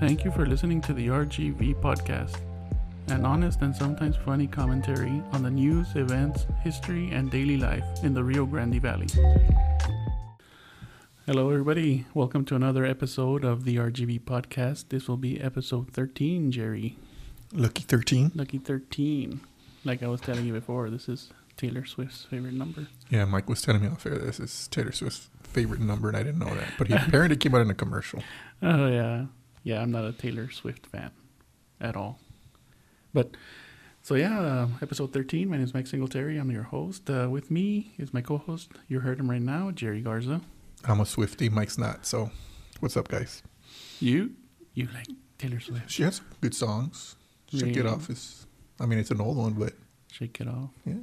Thank you for listening to the RGV podcast, an honest and sometimes funny commentary on the news, events, history, and daily life in the Rio Grande Valley. Hello, everybody. Welcome to another episode of the RGV podcast. This will be episode 13, Jerry. Lucky 13. Lucky 13. Like I was telling you before, this is Taylor Swift's favorite number. Yeah, Mike was telling me off air this is Taylor Swift's favorite number, and I didn't know that. But he apparently it came out in a commercial. Oh yeah, yeah. I'm not a Taylor Swift fan at all. But so yeah, uh, episode 13. My name is Mike Singletary. I'm your host. Uh, with me is my co-host. You heard him right now, Jerry Garza. I'm a Swifty, Mike's not. So, what's up, guys? You you like Taylor Swift? She has some good songs. Shake It Yeah. Off is, I mean, it's an old one, but Shake it off. yeah.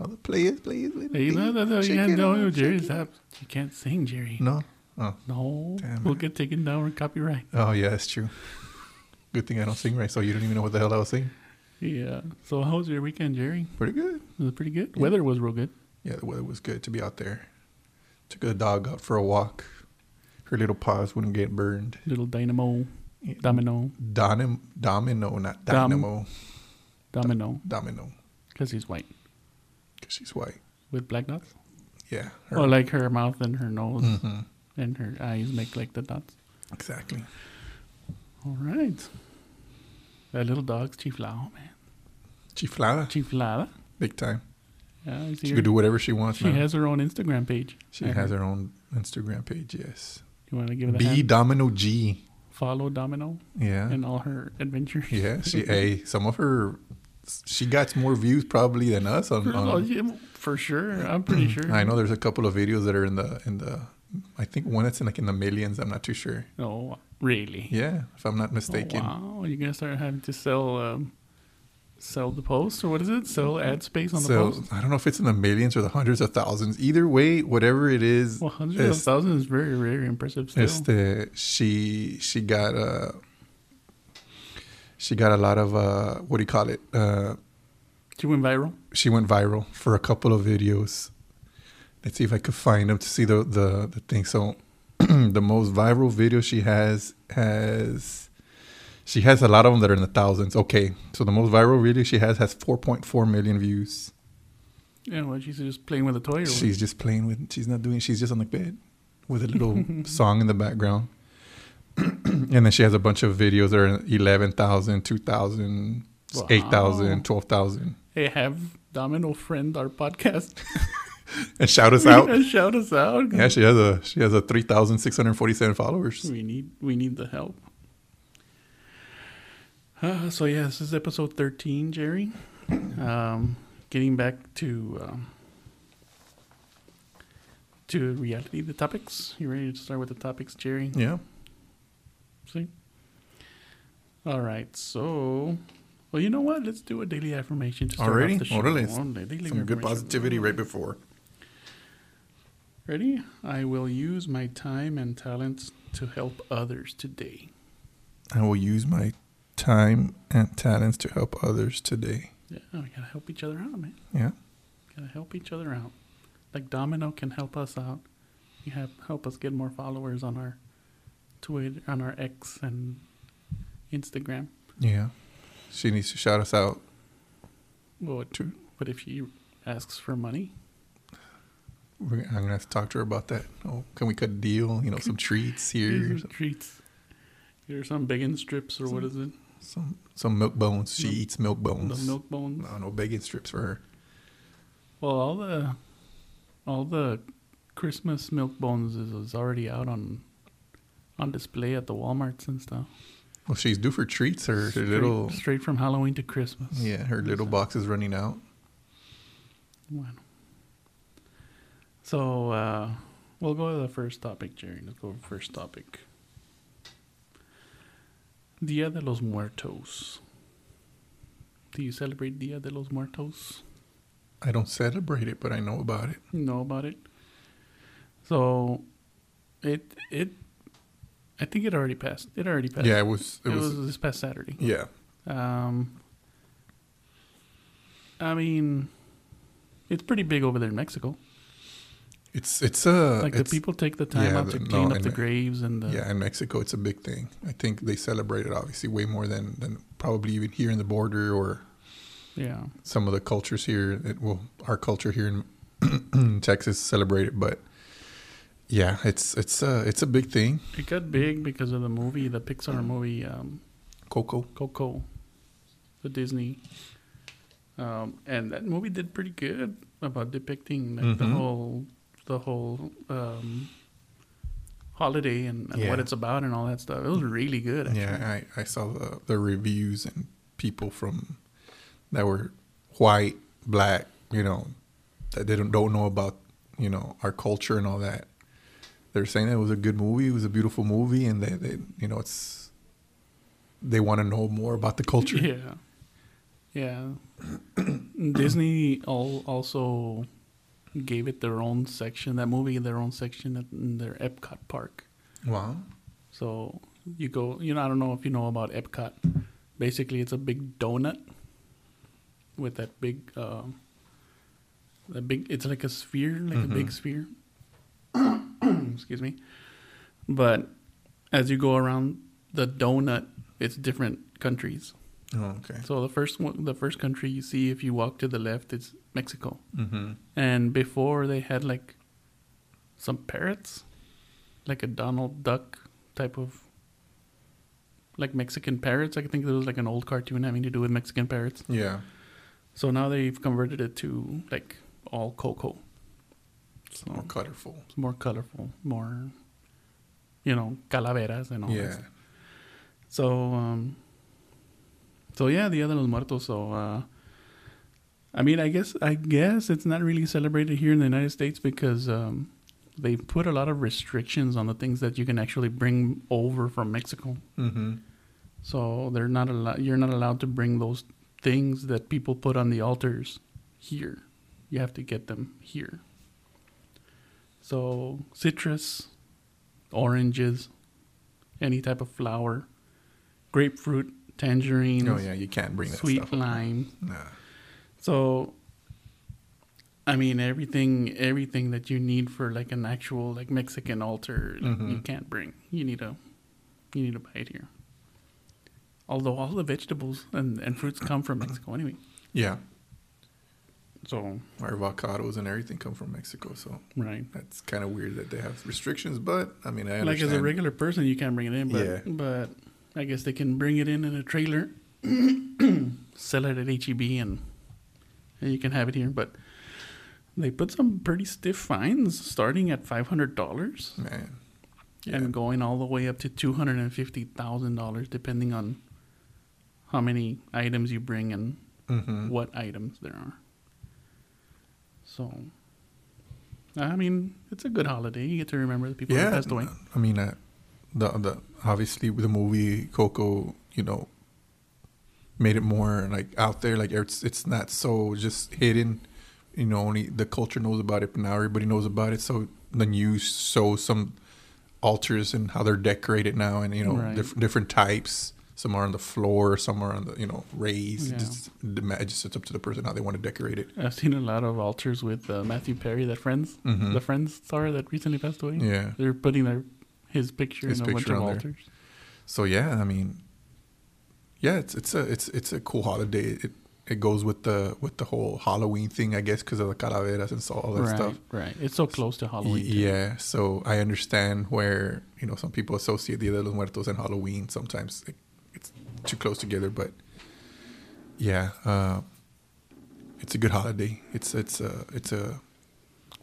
All the players, players, players. Hey, you know, that's how you Shake can't it know off, Jerry. shake it Stop. You can't sing, Jerry. No? Oh. No, Damn we'll it. get taken down with copyright. oh, yeah, that's true. Good thing I don't sing right, so you don't even know what the hell I was singing. Yeah. So how was your weekend, Jerry? Pretty good. Was it pretty good? Yeah. Weather was real good. Yeah, the weather was good to be out there. Took the dog out for a walk. Her little paws wouldn't get burned. Little dynamo, Yeah. domino, Donim, domino, not Dom- dynamo. domino, domino, because he's white because she's white. with black dots. Yeah. her- Oh, like her mouth and her nose Mhm, and her eyes make like the dots. Exactly. All right. That little dog's chiflao, man. Chiflada, Chiflada. big time. Yeah, I see She her. could do whatever she wants. she now. has her own Instagram page. she I has heard. her own Instagram page. Yes. You want to give it a B hand? Domino G. Follow Domino Yeah. and all her adventures. yeah. She a some of her. She got more views probably than us on. For, oh, on yeah, for sure. I'm pretty sure. I know there's a couple of videos that are in the in the. I think one that's in like in the millions. I'm not too sure. Oh, really? Yeah, if I'm not mistaken. Oh, wow. You're going to start having to sell. Um, Sell the post, or what is it? Sell ad space on the So post. I don't know if it's in the millions or the hundreds of thousands. Either way, whatever it is, Well, hundreds of it's- thousands is very, very impressive. Still, Este, she she got uh she got a lot of uh what do you call it? Uh she went viral. she went viral for a couple of videos. Let's see if I could find them to see the the, the thing. So the most viral video she has has she has a lot of them that are in the thousands. Okay, so the most viral video she has has 4.4 million views. Yeah, well, she's just playing with a toy. Or what? She's just playing with. She's not doing. She's just on the bed with a little song in the background. and then she has a bunch of videos that are 11,000, 2,000, Wow. 8,000, 12,000. Hey, have Domino friend our podcast And shout us out. and shout us out. yeah, she has a she has a 3,647 followers. we need we need the help. Uh, so yeah, this is episode thirteen, Jerry. Um, getting back to um, to reality, the topics. You ready to start with the topics, Jerry? Yeah. See. All right, so. Well, you know what? Let's do a daily affirmation. to start off Already? the show. Already. Only daily Some good affirmation. positivity right before. Ready? I will use my time and talents to help others today. I will use my time and talents to help others today. Yeah, we gotta help each other out, man. Yeah. Gotta help each other out. Like Domino can help us out. You have help us get more followers on our Twitter, on our X and Instagram. Yeah. She needs to shout us out. What? True. But if she asks for money, We're, I'm gonna have to talk to her about that. Oh, can we cut a deal? You know, some treats here, here's some treats. Here's some bacon strips or what is it? some some milk bones. She The- eats milk bones. The milk bones. No, no bacon strips for her. Well, all the all the Christmas milk bones is, is already out on on display at the WalMarts and stuff. Well, she's due for treats. Her, her Straight- little straight from Halloween to Christmas. yeah, her little box is running out. Bueno. So uh, we'll go to the first topic, Jerry. Let's go to the first topic. Dia de los Muertos. Do you celebrate Dia de los Muertos? I don't celebrate it, but I know about it. You know about it. So, it it, I think it already passed. It already passed. Yeah, it was. it, It, was, was, this past Saturday. Yeah, Um, I mean, it's pretty big over there in Mexico. It's it's a Like Uh, it's, the people take the time yeah, out to the- clean no, up the and- graves and the, yeah, in Mexico, it's a big thing. I think they celebrate it obviously way more than than probably even here in the border or yeah. some of the cultures here. It, well, our culture here in Texas celebrate it, but yeah, it's it's a it's a big thing. It got big because of the movie, the Mm. Pixar movie um, Coco. Coco, the Disney, um, and that movie did pretty good about depicting like, the Mhm. whole the whole um, holiday and, and what Yeah. it's about and all that stuff. It was really good. Actually. Yeah, I, I saw the, the reviews and people from that were white, black, you know, that they don't, don't know about, you know, our culture and all that. They're saying that it was a good movie, it was a beautiful movie, and they, they you know, it's they want to know more about the culture. Yeah, yeah. Disney all also gave it their own section. That movie, their own section at in their Epcot park. Wow. So you go, you know, I don't know if you know about Epcot. Basically, it's a big donut with that big, uh, that big. It's like a sphere, like a big Mhm. sphere. Excuse me. But as you go around the donut, it's different countries. Oh, okay. So the first one, the first country you see if you walk to the left, it's Mexico. Mm-hmm. And before they had like some parrots, like a Donald Duck type of like Mexican parrots. I think there was like an old cartoon having to do with Mexican parrots. Yeah. So now they've converted it to like all cocoa. It's Oh. more colorful. It's more colorful, more you know, calaveras and all that yeah. stuff. So, um, so yeah, Dia de los Muertos. So, uh, I mean, I guess I guess it's not really celebrated here in the United States because um, they put a lot of restrictions on the things that you can actually bring over from Mexico. Mm-hmm. So they're not allowed. You're not allowed to bring those things that people put on the altars here. You have to get them here. So citrus, oranges, any type of flower, grapefruit, tangerines, Oh, yeah. You can't bring that sweet stuff. lime. Nah. So, I mean, everything, everything that you need for like an actual like Mexican altar, like, Mhm. you can't bring. You need to, you need to buy it here. Although all the vegetables and, and fruits come from Mexico anyway. Yeah. So Our avocados and everything come from Mexico, so right, That's kind of weird that they have restrictions, but I mean, like I as a understand. regular person, you can't bring it in, but Yeah. but I guess they can bring it in in a trailer, sell it at HEB, and and you can have it here. But they put some pretty stiff fines, starting at five hundred dollars. man. Yeah. and going all the way up to two hundred and fifty thousand dollars, depending on how many items you bring and Mhm. what items there are. So, I mean, it's a good holiday. You get to remember the people yeah. that passed away. I mean, uh, the the obviously with the movie Coco, you know, made it more like out there. Like it's it's not so just hidden. You know, only the culture knows about it, but now everybody knows about it. So the news shows some altars and how they're decorated now, and you know, Right. diff- different types. Some are on the floor, some are on the you know raised. Yeah. Just, just it's up to the person how they want to decorate it. I've seen a lot of altars with uh, Matthew Perry, that Friends, Mhm. the Friends star that recently passed away. Yeah. They're putting their his picture His in a picture bunch of on there. altars. So yeah, I mean, yeah, it's it's a it's it's a cool holiday. It it goes with the with the whole Halloween thing, I guess, because of the calaveras and so all that right, stuff. right. It's so close to Halloween. too. Yeah, so I understand where you know some people associate Dia de los Muertos and Halloween. Sometimes it, it's too close together, but yeah, uh, it's a good holiday. It's it's a it's a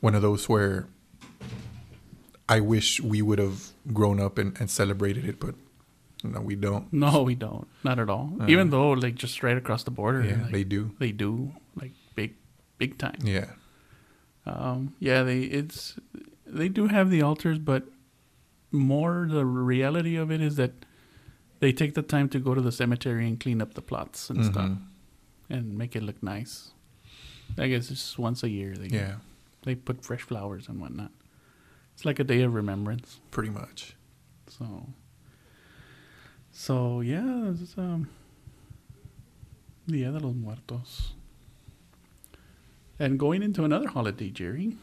one of those where I wish we would have grown up and, and celebrated it, but no, we don't. No, we don't. Not at all. Uh, Even though, like, just straight across the border, Yeah, like, they do. they do like big, big time. Yeah, Um, yeah, they it's they do have the altars, but more the reality of it is that they take the time to go to the cemetery and clean up the plots and stuff Mhm. and make it look nice. I guess it's just once a year they Yeah, they put fresh flowers and whatnot. It's like a day of remembrance. pretty much. So, so yeah, this is, um, Dia de los Muertos. And going into another holiday, Jerry,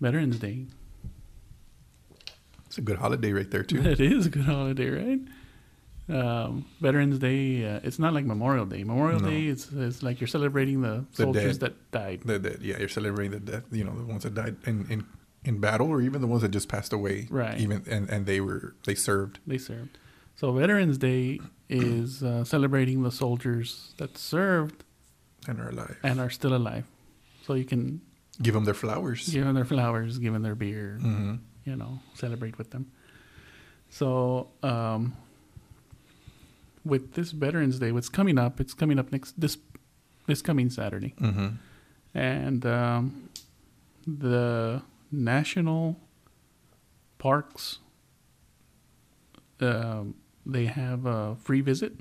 Veterans Day. It's a good holiday right there too. It is a good holiday, right? Um, Veterans Day. Uh, it's not like Memorial Day. Memorial No. Day is, is like you're celebrating the The soldiers dead. that died. The, the, yeah, you're celebrating the death, you know, the ones that died in, in, in battle or even the ones that just passed away. Right. Even and, and they were they served. They served. So Veterans Day is uh, celebrating the soldiers that served and are alive. and are still alive. So you can Give them their flowers. give them their flowers, give them their beer, hmm you know, celebrate with them. So, um, with this Veterans Day, what's coming up? It's coming up next this this coming Saturday, hmm and um, the National Parks. Um, they have a free visit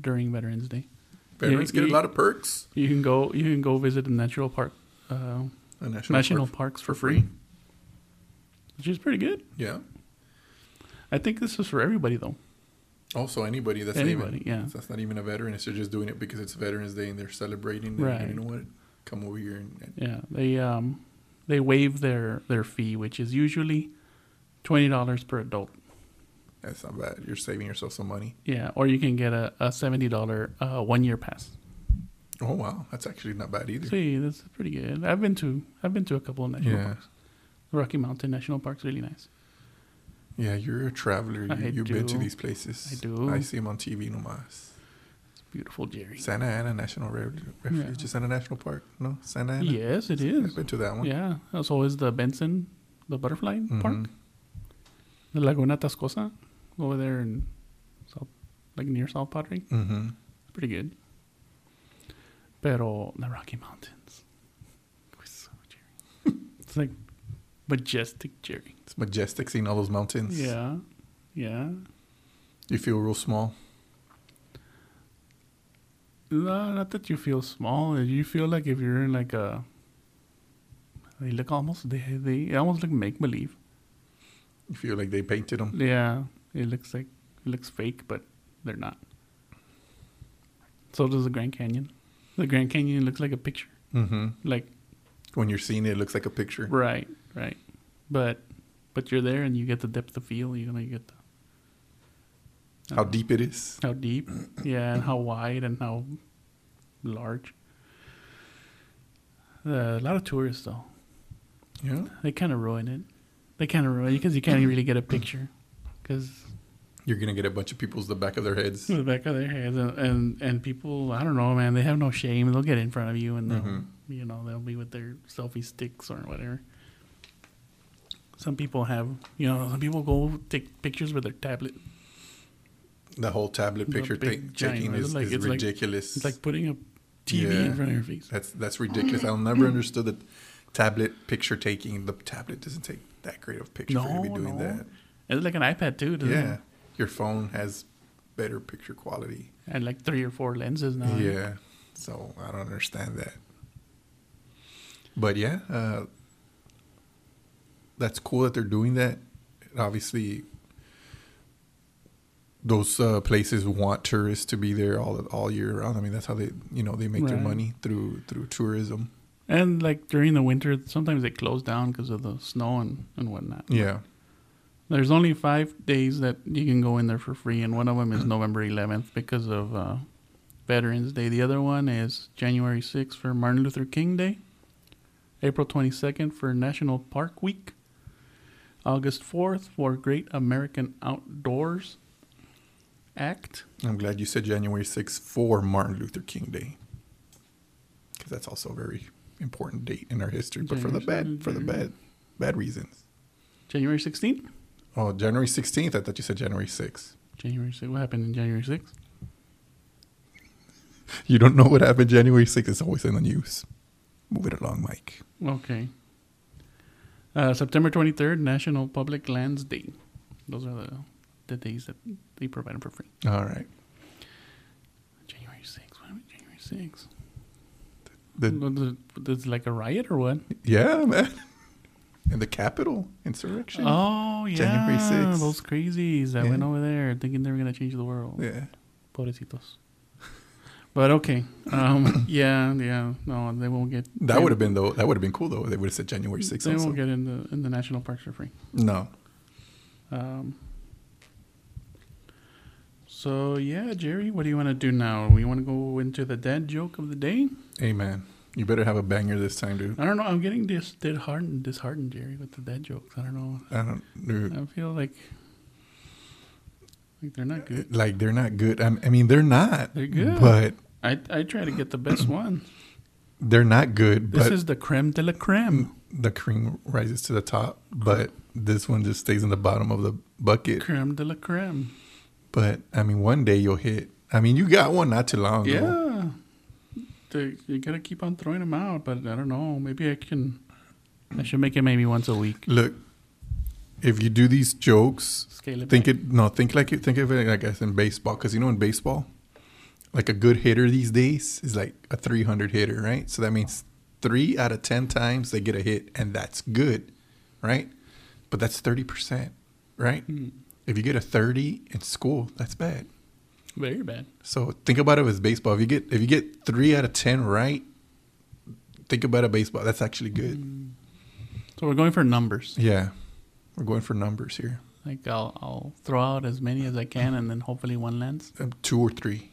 during Veterans Day. Veterans get you- a lot of perks. You can go. You can go visit the natural park, uh, The national, national park. parks for for free. free, which is pretty good. Yeah. I think this is for everybody though. Also, anybody that's Anybody, not even, yeah. that's not even a veteran, it's just doing it because it's Veterans Day and they're celebrating. and, Right. You know what? Come over here and, and Yeah, they um they waive their their fee, which is usually twenty dollars per adult. that's not bad. You're saving yourself some money. Yeah, or you can get a, a seventy dollar uh, one year pass. Oh wow, that's actually not bad either. See, that's pretty good. I've been to I've been to a couple of national Yeah. parks. Rocky Mountain National Park's really nice. Yeah, you're a traveler. I You, you've been to do. these places. I do. I see them on TV no mas. It's beautiful, Jerry. Santa Ana National Re- Refuge Yeah. is that a national park? No, Santa Ana. Yes, it I've is. been to that one. Yeah, that's always the Benson, the butterfly park, Mhm. the Laguna Tascosa, over there in South, like near South Padre. Mhm. pretty good. Pero the Rocky Mountains. It's so Jerry. it's like majestic Jerry. It's majestic seeing all those mountains. Yeah. Yeah. You feel real small. No, not that you feel small. You feel like if you're in like a they look almost they they almost look make believe. You feel like they painted them. Yeah. It looks like it looks fake, but they're not. So does the Grand Canyon. The Grand Canyon looks like a picture. Mm-hmm. Like When you're seeing it, it looks like a picture. Right, right. But but you're there and you get the depth of feel. You're gonna get the, How deep it is. how deep, yeah, and how wide and how large. Uh, a lot of tourists though. Yeah. They kind of ruin it. They kind of ruin it because you can't really get a picture because You're gonna get a bunch of people's the back of their heads. the back of their heads and, and and people. I don't know, man. They have no shame. They'll get in front of you and they'll, Mhm. you know they'll be with their selfie sticks or whatever. Some people have, you know, some people go take pictures with their tablet. The whole tablet The picture big thing, giant taking one. It's is, like- is it's like- ridiculous. It's like putting a TV Yeah. in front of your face. that's that's ridiculous. I'll never understood the tablet picture taking. The tablet doesn't take that great of a picture for you to No, be doing no. that. It's like an iPad too, doesn't Yeah. it? Your phone has better picture quality. And like three or four lenses now. Yeah. So I don't understand that. But yeah, uh, that's cool that they're doing that. Obviously, those uh, places want tourists to be there all all year round. I mean, that's how they you know they make their Right. money through through tourism. And like during the winter, sometimes they close down because of the snow and, and whatnot. Yeah. There's only five days that you can go in there for free, and one of them is November 11th because of uh, Veterans Day. The other one is January 6th for Martin Luther King Day, April 22nd for National Park Week, August 4th for Great American Outdoors Act. I'm glad you said January 6th for Martin Luther King Day, because that's also a very important date in our history, but for the January- bad for the bad bad reasons. January 16th? Oh, January 16th. I thought you said January 6th. January 6th. What happened in January 6th? You don't know what happened January 6th. It's always in the news. Move it along, Mike. Okay. Uh, September 23rd, National Public Lands Day. Those are the, the days that they provide 'em for free. All right. January 6th. What happened January 6th? The, Was it- was it like a riot or what? yeah, man. And the Capitol insurrection. Oh, yeah. January 6th. Those crazies that Yeah. went over there thinking they were going to change the world. Yeah. Pobrecitos. But okay, um, yeah, yeah, no, they won't get. That they- would have been though. That would have been cool though. They would have said January sixth. They also. won't get in the in the national parks for free. No. Um, so yeah, Jerry, what do you want to do now? We want to go into the dad joke of the day. Hey man, you better have a banger this time, dude. I don't know. I'm getting dis- disheartened, disheartened, Jerry, with the dad jokes. I don't know. I don't. Dude, I feel like like they're not good. like they're not good. I I mean, they're not. They're good. but I I try to get the best one. they're not good. This But is the creme de la creme. the cream rises to the top, but this one just stays in the bottom of the bucket. Creme de la creme. But I mean, one day you'll hit. I mean, you got one not too long ago. Yeah. They, you gotta keep on throwing them out, but I don't know. Maybe I can. I should make it maybe once a week. Look, if you do these jokes, Scale it. think back. it no think like it think of it like as in baseball because you know in baseball like a good hitter these days is like a 300 hitter right so that means three out of ten times they get a hit and that's good right but that's 30% right Hmm. if you get a 30 in school that's bad Very bad. so think about it as baseball if you get if you get three out of ten right think about it baseball that's actually good So we're going for numbers. yeah we're going for numbers here Like I'll I'll throw out as many as I can, and then hopefully one lands. Um, two or three,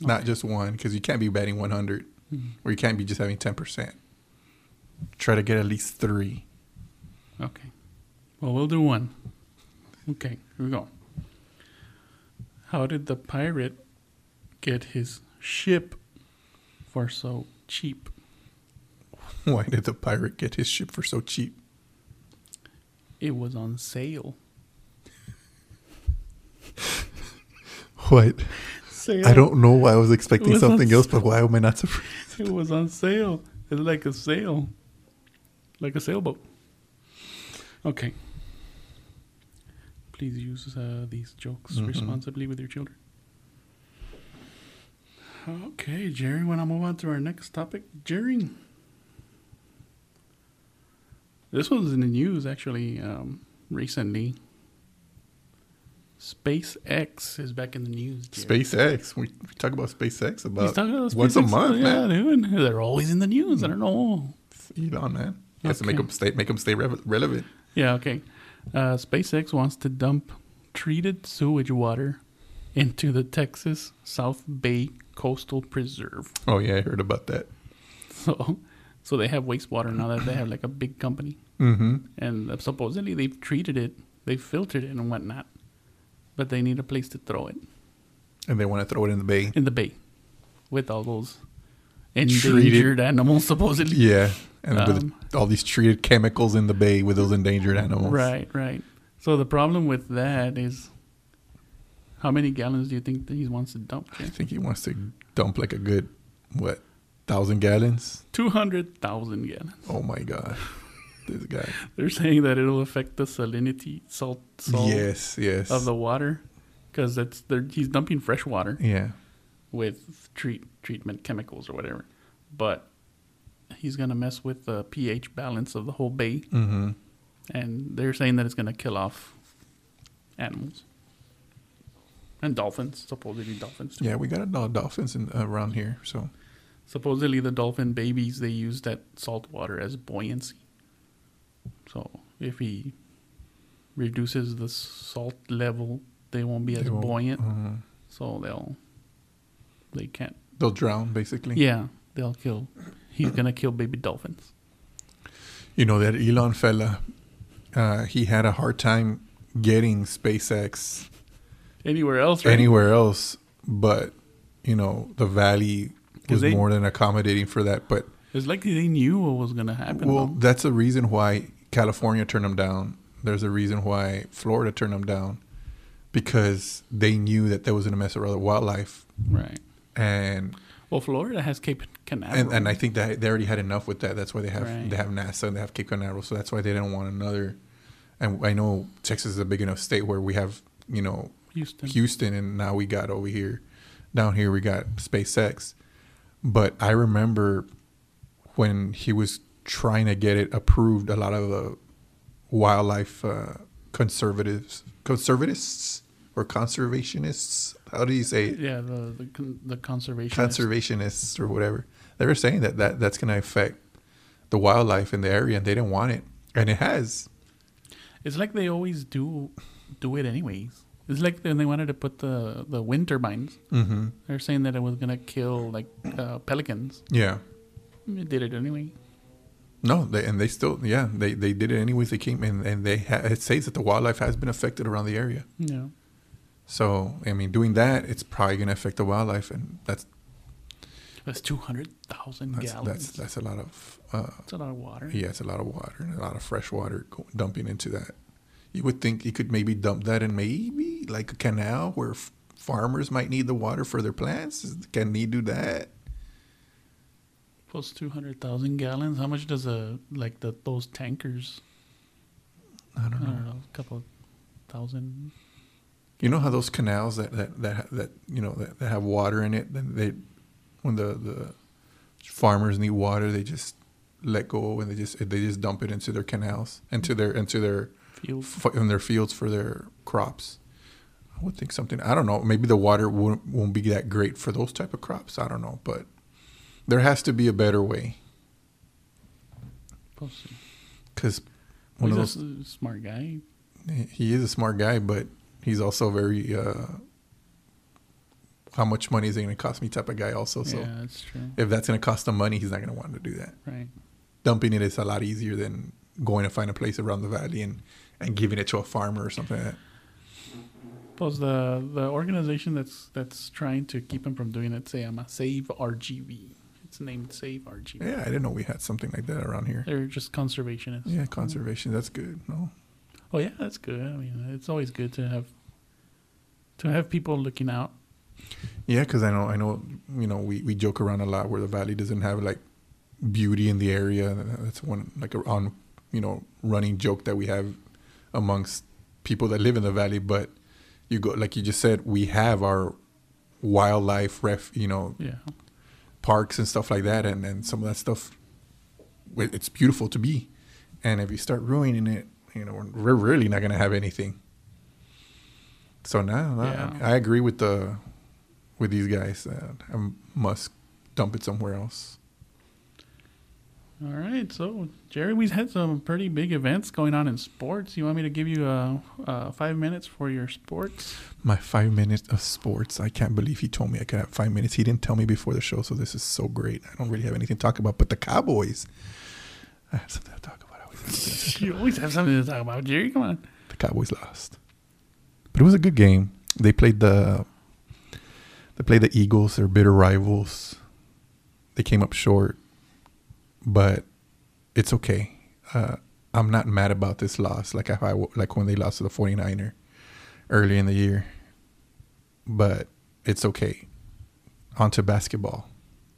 not just one, because you can't be batting 100 Mhm. or you can't be just having 10%. Try to get at least three. Okay. Well, we'll do one. Okay, here we go. How did the pirate get his ship for so cheap? Why did the pirate get his ship for so cheap? It was on sale. What? Sale. I don't know why I was expecting Was something that- else, but why am I not surprised? It was on sale. It's like a sail, like a sailboat. Okay. Please use uh, these jokes Mhm. responsibly with your children. Okay, Jerry. When I move on to our next topic, Jerry. This one's in the news actually um, recently. SpaceX is back in the news. Jerry. SpaceX. We, we talk about SpaceX He's about talking about once a SpaceX. Oh, month, yeah, man. dude. They're always in the news. I don't know. Elon, man. He has to make Okay. them stay, make 'em stay rev- relevant. Yeah, okay. Uh, SpaceX wants to dump treated sewage water into the Texas South Bay Coastal Preserve. Oh, yeah, I heard about that. So, so they have wastewater now that they have like a big company, Mm-hmm. and uh, supposedly they've treated it, they've filtered it and whatnot, but they need a place to throw it And they want to throw it in the bay. in the bay with all those Treated- endangered animals supposedly. Yeah. And Um, with all these treated chemicals in the bay with those endangered animals. Right, right. So the problem with that is, how many gallons do you think that he wants to dump? I think he wants to dump like a good what thousand gallons. Two hundred thousand gallons. Oh my god, this guy. They're saying that it'll affect the salinity, salt, salt yes, yes. of the water, because that's they're- he's dumping fresh water yeah, with treat treatment chemicals or whatever, but he's gonna mess with the pH balance of the whole bay, mm-hmm. and they're saying that it's gonna kill off animals and dolphins, supposedly dolphins. Too. yeah. We got a lot of dolphins in, around here, so Supposedly, the dolphin babies they use that salt water as buoyancy. So if he reduces the salt level, they won't be as they won't- buoyant. mhm. So they'll they can't. They'll drown basically. Yeah, they'll kill. He's gonna kill baby dolphins. You know that Elon fella, uh, he had a hard time getting SpaceX Anywhere else? Right? anywhere else, but you know the Valley was they- more than accommodating for that. But It's likely they knew what was gonna happen. Well, though. that's a reason why California turned them down. There's a reason why Florida turned them down because they knew that there was going to mess around with wildlife. right. And, Well, Florida has Cape Canaveral. and and I think that they already had enough with that. That's why they have Right. they have NASA and they have Cape Canaveral. So that's why they don't want another. And I know Texas is a big enough state where we have you know Houston. Houston, and now we got over here, down here we got SpaceX. But I remember when he was trying to get it approved, a lot of the wildlife uh, conservatives, conservatists or conservationists, I how do you say it? Yeah, the the, con- the conservation. conservationists or whatever. They were saying that, that that's going to affect the wildlife in the area, and they didn't want it, and it has. It's like they always do do it anyways. It's like when they wanted to put the the wind turbines. Mm-hmm. They're saying that it was gonna kill like uh, pelicans. Yeah. It did it anyway. No, they, and they still, yeah, they, they did it anyways they came, and, and they ha- it says that the wildlife has been affected around the area. Yeah. So, I mean, doing that, it's probably going to affect the wildlife, and that's That's two hundred thousand that's, gallons. that's that's a lot of uh, That's a lot of water. yeah, it's a lot of water and a lot of fresh water go- dumping into that. You would think you could maybe dump that in maybe like a canal where f- farmers might need the water for their plants. Can they do that? Plus two hundred thousand gallons. How much does a like the those tankers? I I don't know. don't know, a couple thousand. You know how those canals that that that, that you know that, that have water in it, then they when the the farmers need water, they just let go and they just they just dump it into their canals, into their into their Field. f- in their fields for their crops. I would think something. I don't know. Maybe the water won't, won't be that great for those type of crops. I don't know, but there has to be a better way Plus, uh, because one he's of a those. s- smart guy. He is a smart guy, but he's also very. Uh, how much money is it going to cost me? Type of guy also. So yeah, that's true. if that's going to cost him money, he's not going to want to do that. Right. Dumping it is a lot easier than going to find a place around the valley and and giving it to a farmer or something like that. Plus the the organization that's that's trying to keep him from doing it. Say, I'm a Save RGV. It's named Save RGV. Yeah, I didn't know we had something like that around here. They're just conservationists. Yeah, conservation. That's good. No, Oh yeah, that's good. I mean, it's always good to have to have people looking out. yeah, because I know, I know. You know, we, we joke around a lot where the valley doesn't have like beauty in the area. That's one like a on you know running joke that we have amongst people that live in the valley. But you go like you just said, we have our wildlife ref you know Yeah. parks and stuff like that, and and some of that stuff. well, It's beautiful to be, and if you start ruining it, you know we're- we're really not gonna have anything. So now Yeah. I, I agree with the with these guys that I must dump it somewhere else. All right. So Jerry, we've had some pretty big events going on in sports. You want me to give you uh, uh, five minutes for your sports? My five minutes of sports. I can't believe he told me I could have five minutes. He didn't tell me before the show, so this is so great. I don't really have anything to talk about, but the Cowboys. I have something to talk about. I always have something to talk you always have something to talk about, Jerry. Come on. the Cowboys lost. But it was a good game. They played the they played the Eagles, their bitter rivals. They came up short, but it's okay. Uh, I'm not mad about this loss like how I w like when they lost to the 49er early in the year. But it's okay. On to basketball.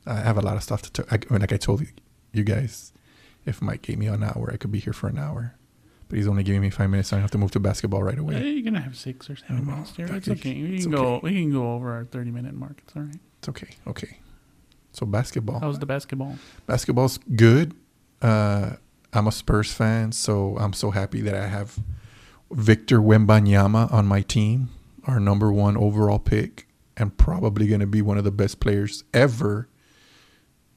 I have a lot of stuff to talk. I, like I told you- you guys, if Mike gave me an hour, I could be here for an hour. But he's only giving me five minutes, so I have to move to basketball right away. Hey, you're gonna have six or seven No, minutes, Jerry. that It's is- okay. We Oh, it's can go. We can go over our thirty minute mark. It's all right. It's okay. Okay. So basketball. How's the basketball? Basketball's good. Uh, I'm a Spurs fan, so I'm so happy that I have Victor Wembanyama on my team, our number one overall pick, and probably going to be one of the best players ever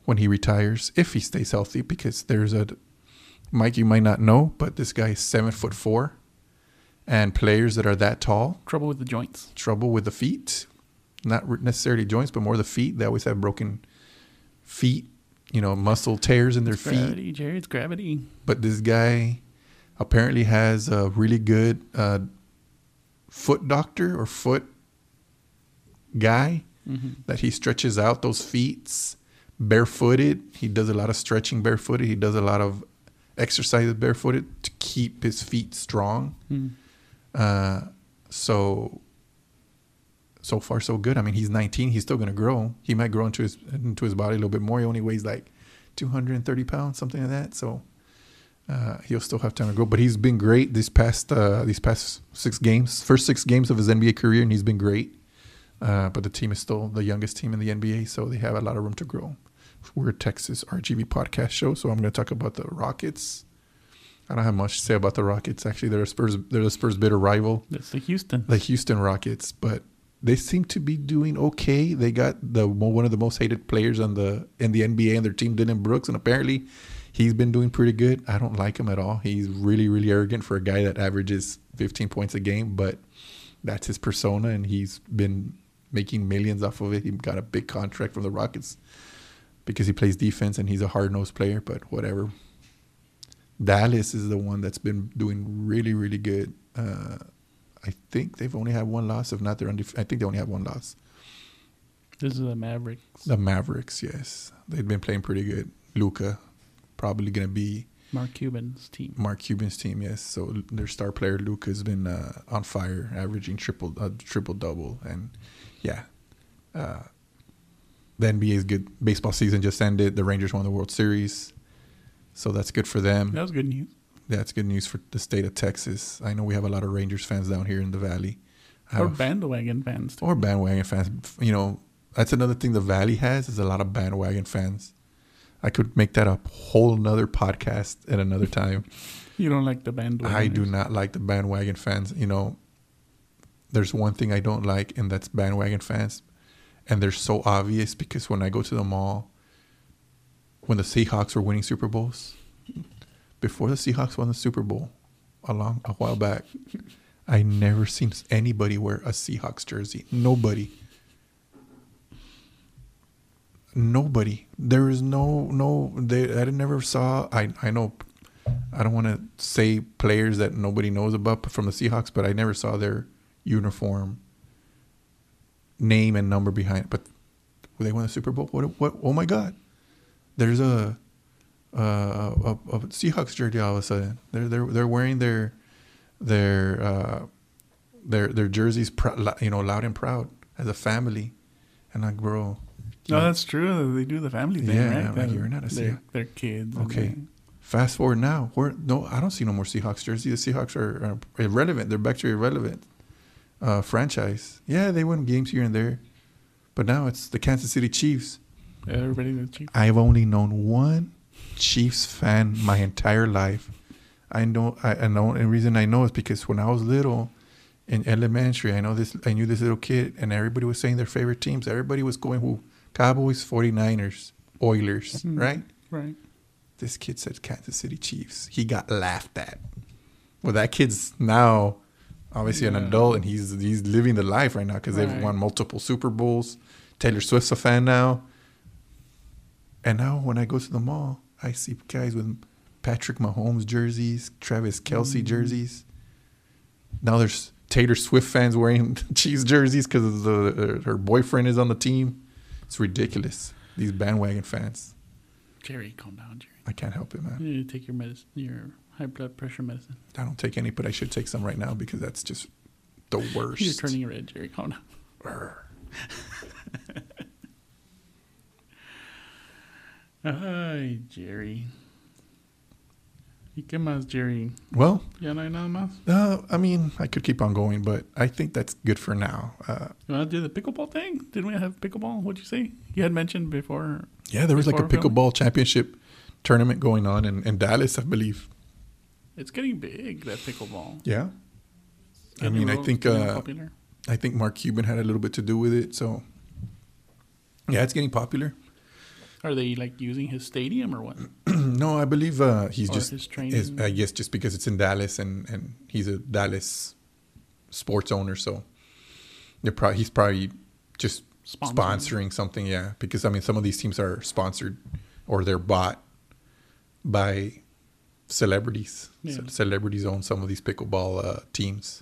when he retires, if he stays healthy. Because there's a Mike, you might not know, but this guy is seven foot four, and players that are that tall Trouble with the joints. trouble with the feet, not re- necessarily joints, but more the feet. They always have broken feet, you know, muscle tears in their It's feet. gravity, Jerry. It's gravity. But this guy apparently has a really good uh, foot doctor or foot guy Mm-hmm. that he stretches out those feet barefooted. He does a lot of stretching barefooted. He does a lot of exercises barefooted to keep his feet strong. Mm-hmm. Uh, so so far so good. I mean, he's 19. He's still gonna grow. He might grow into his into his body a little bit more. He only weighs like 230 pounds, something like that. So uh, he'll still have time to grow. But he's been great these past uh, these past six games, first six games of his NBA career, and he's been great. Uh, but the team is still the youngest team in the NBA, so they have a lot of room to grow. We're a Texas RGB podcast show, so I'm going to talk about the Rockets. I don't have much to say about the Rockets. Actually, they're a Spurs. They're the Spurs' bitter rival That's the Houston. the Houston Rockets, but they seem to be doing okay. They got the mo- one of the most hated players on the in the NBA and their team, Dylan Brooks, and apparently he's been doing pretty good. I don't like him at all. He's really really arrogant for a guy that averages 15 points a game, but that's his persona, and he's been making millions off of it. He got a big contract from the Rockets because he plays defense and he's a hard nosed player. But whatever. Dallas is the one that's been doing really really good. Uh, I think they've only had one loss. If not, they're undef- I think they only have one loss. This is the Mavericks. The Mavericks, yes, they've been playing pretty good. Luca, probably gonna be Mark Cuban's team. Mark Cuban's team. Yes, so their star player Luca has been uh, on fire, averaging triple uh, triple double, and yeah, uh, the NBA's good baseball season just ended. The Rangers won the World Series, so that's good for them. That was good news. That's good news for the state of Texas. I know we have a lot of Rangers fans down here in the valley. I Or have a- bandwagon fans. Too. or bandwagon fans. You know, that's another thing the Valley has is a lot of bandwagon fans. I could make that a whole nother podcast at another time. You don't like the bandwagon. I do not like the bandwagon fans. You know, there's one thing I don't like, and that's bandwagon fans. And they're so obvious because when I go to the mall, when the Seahawks were winning Super Bowls, before the Seahawks won the Super Bowl a long a while back, I never seen anybody wear a Seahawks jersey. Nobody. Nobody. There is no no. They, I never saw. I I know I don't want to say players that nobody knows about from the Seahawks, but I never saw their uniform name and number behind. it. But they won the Super Bowl. What? What? Oh my God! There's a a, a, a Seahawks jersey all of a sudden. They're they're they're wearing their their uh, their their jerseys, prou- lo- you know, loud and proud as a family. And like, bro, No, that's true. They do the family thing, Yeah, right? I'm That- like, you're not a They're, Seahawk. they're kids. and Okay. they- Fast forward now. Where no, I don't see no more Seahawks jersey. The Seahawks are, are irrelevant. They're back to irrelevant uh, franchise. Yeah, they win games here and there, but now it's the Kansas City Chiefs. Everybody the chief. I've only known one Chiefs fan my entire life. I know. I, I know. And the reason I know is because when I was little in elementary, I know this. I knew this little kid, and everybody was saying their favorite teams. Everybody was going who Cowboys, 49ers, Oilers, Mhm. right? Right. this kid said Kansas City Chiefs. He got laughed at. Well, that kid's now obviously an Yeah. adult and he's he's living the life right now because Right. they've won multiple Super Bowls. Taylor Swift's a fan now. And now when I go to the mall, I see guys with Patrick Mahomes jerseys, Travis Kelsey Mhm. jerseys. Now there's Taylor Swift fans wearing Chiefs jerseys because her her boyfriend is on the team. It's ridiculous. These bandwagon fans. Jerry, calm down, Jerry. I can't help it, man. You need to take your medicine, your high blood pressure medicine. I don't take any, but I should take some right now because that's just the worst. You're turning red, Jerry. Calm down. Err. Ay, Jerry. ¿Y qué más, Jerry? Well, ¿Ya no hay nada más? uh, I mean, I could keep on going, but I think that's good for now. Uh, You want to do the pickleball thing? Didn't we have pickleball? What'd you say? You had mentioned before. yeah, there was like a Before going- pickleball championship tournament going on in, in Dallas, I believe. It's getting big, that pickleball. Yeah, I Getting mean, I real- think, getting uh, popular. I think Mark Cuban had a little bit to do with it. So, yeah, it's getting popular. Are they like using his stadium or what? no, I believe uh, he's Or just his is, training? I guess just because it's in Dallas and, and he's a Dallas sports owner, so they're probably he's probably just Sponsoring. sponsoring something, yeah. Because I mean, some of these teams are sponsored or they're bought by celebrities. Yeah. Ce- celebrities own some of these pickleball uh, teams.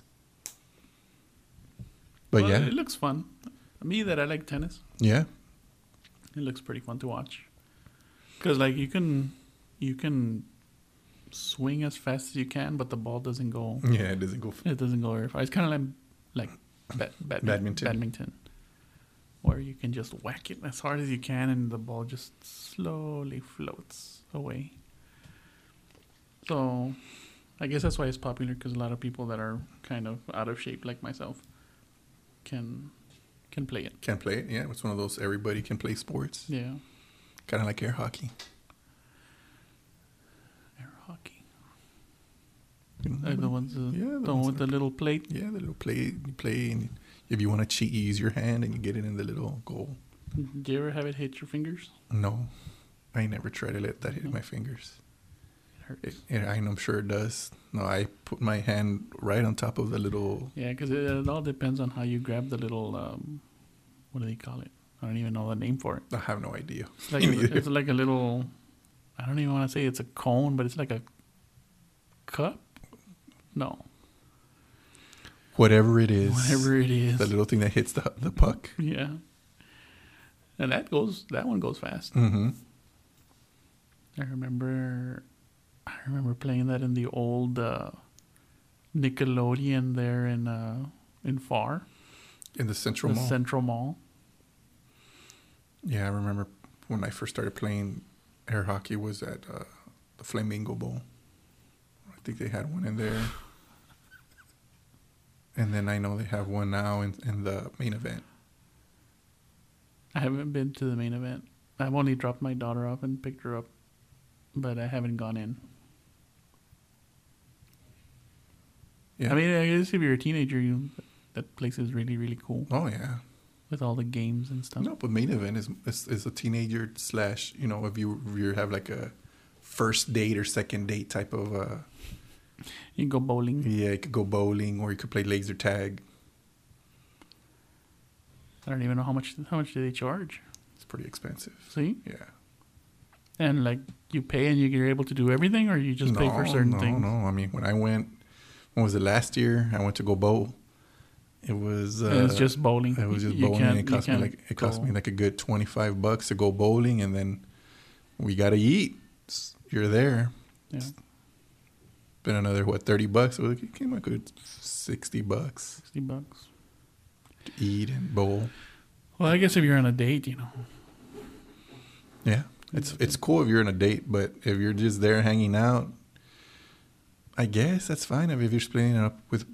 But Well, yeah, it looks fun. Me that I like tennis, yeah, it looks pretty fun to watch. Cause like you can, you can swing as fast as you can, but the ball doesn't go. yeah. It doesn't go. It doesn't go very far. It's kind of like like bat, badmin- Badminton. badminton, where you can just whack it as hard as you can, and the ball just slowly floats away. So, I guess that's why it's popular because a lot of people that are kind of out of shape, like myself, can can play it. Can't play it. Yeah, it's one of those everybody can play sports. Yeah, Kind of like air hockey. air hockey. You know, Like the ones, uh, Yeah, the the one ones with the little plate. Yeah, the little play you play and If you want to cheat, you use your hand and you get it in the little goal. Do you ever have it hit your fingers? No, I never try to let that hit No. my fingers. It hurts. It, it, I know I'm sure it does. No, I put my hand right on top of the little. Yeah, because it, it all depends on how you grab the little. Um, what do they call it? I don't even know the name for it. I have no idea. It's like Me a, neither. it's like a little. I don't even want to say it's a cone, but it's like a cup. No, Whatever it is, whatever it is. the little thing that hits the the puck. yeah, and that goes. That one goes fast. Mm-hmm. I remember. I remember playing that in the old uh, Nickelodeon there in uh, in Far, In the central the mall. Central Mall. yeah, I remember when I first started playing air hockey was at uh, the Flamingo Bowl. I think they had one in there. And then I know they have one now in, in the main event. I haven't been to the main event. I've only dropped my daughter off and picked her up, but I haven't gone in. Yeah. I mean, I guess if you're a teenager, you that place is really really cool Oh yeah, with all the games and stuff. no, but main event is is, is a teenager slash you know if you if you have like a first date or second date type of uh You go bowling. yeah you could go bowling or you could play laser tag. I don't even know how much how much do they charge. It's pretty expensive. See, Yeah, and like you pay and you- you're able to do everything, or you just pay for certain no, things. No, I mean when I went, when was it last year? I went to go bowl. It was. Uh, And it's just bowling. It was You- just you bowling. can't- And it you cost me can't like it cost go- me like a good twenty five bucks to go bowling, and then we gotta eat. S- You're there. yeah, Been another what thirty bucks? It was- it came a good sixty bucks sixty bucks. to eat and bowl. Well, I guess if you're on a date, you know, Yeah, it's it's cool if you're on a date, but if you're just there hanging out. I guess that's fine if you're splitting it up with,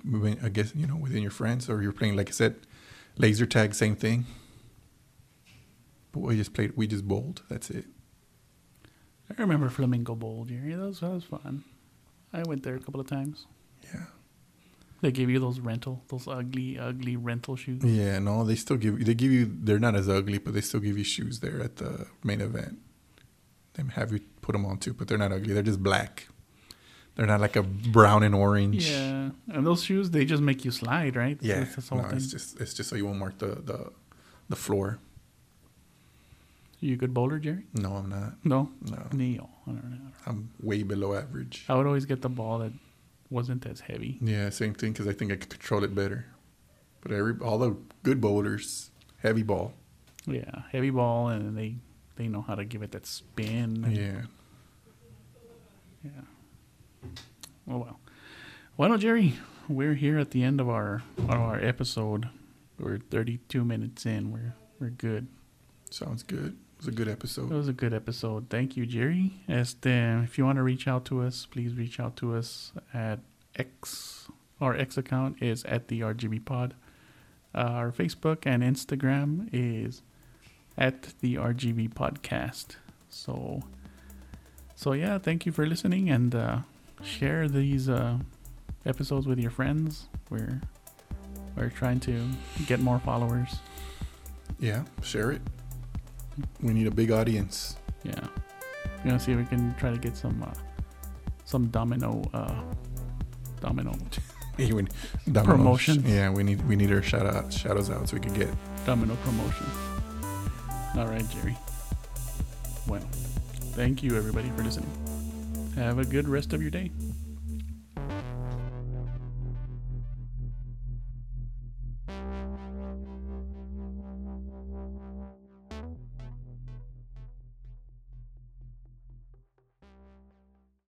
I guess you know, within your friends, or you're playing, like I said, laser tag, same thing. But we just played, we just bowled. That's it. I remember Flamingo Bowl, Jerry. That was that was fun. I went there a couple of times. Yeah. They gave you those rental, those ugly, ugly rental shoes. Yeah, no, they still give they give you they're not as ugly, but they still give you shoes there at the main event. They have you put them on too, but they're not ugly. They're just black. They're not like a brown and orange. Yeah, and those shoes they just make you slide, right? Yeah. That's this whole no, thing. it's just it's just so you won't mark the the the floor. you a good bowler, Jerry? No, I'm not. No, No, Neo. I don't know. I'm way below average. I would always get the ball that wasn't as heavy. Yeah, same thing because I think I could control it better. But every all the good bowlers, heavy ball. Yeah, heavy ball, and then they they know how to give it that spin. Yeah. Yeah. Oh well. Well, no, Jerry, we're here at the end of our of our episode. We're 32 minutes in. We're we're good. Sounds good. It was a good episode. It was a good episode. Thank you, Jerry. Este, if you want to reach out to us, please reach out to us at X. Our X account is at the RGB Pod. Uh, our Facebook and Instagram is at the RGB Podcast. So, so yeah, thank you for listening and uh, share these uh, episodes with your friends. We're we're trying to get more followers. Yeah, share it. We need a big audience. Yeah. We're gonna see if we can try to get some uh, some domino uh, domino Hey, we- Promotions. Yeah, we need we need our shout out shadows out so we can get domino promotion. All right, Jerry. Well, thank you everybody for listening. Have a good rest of your day.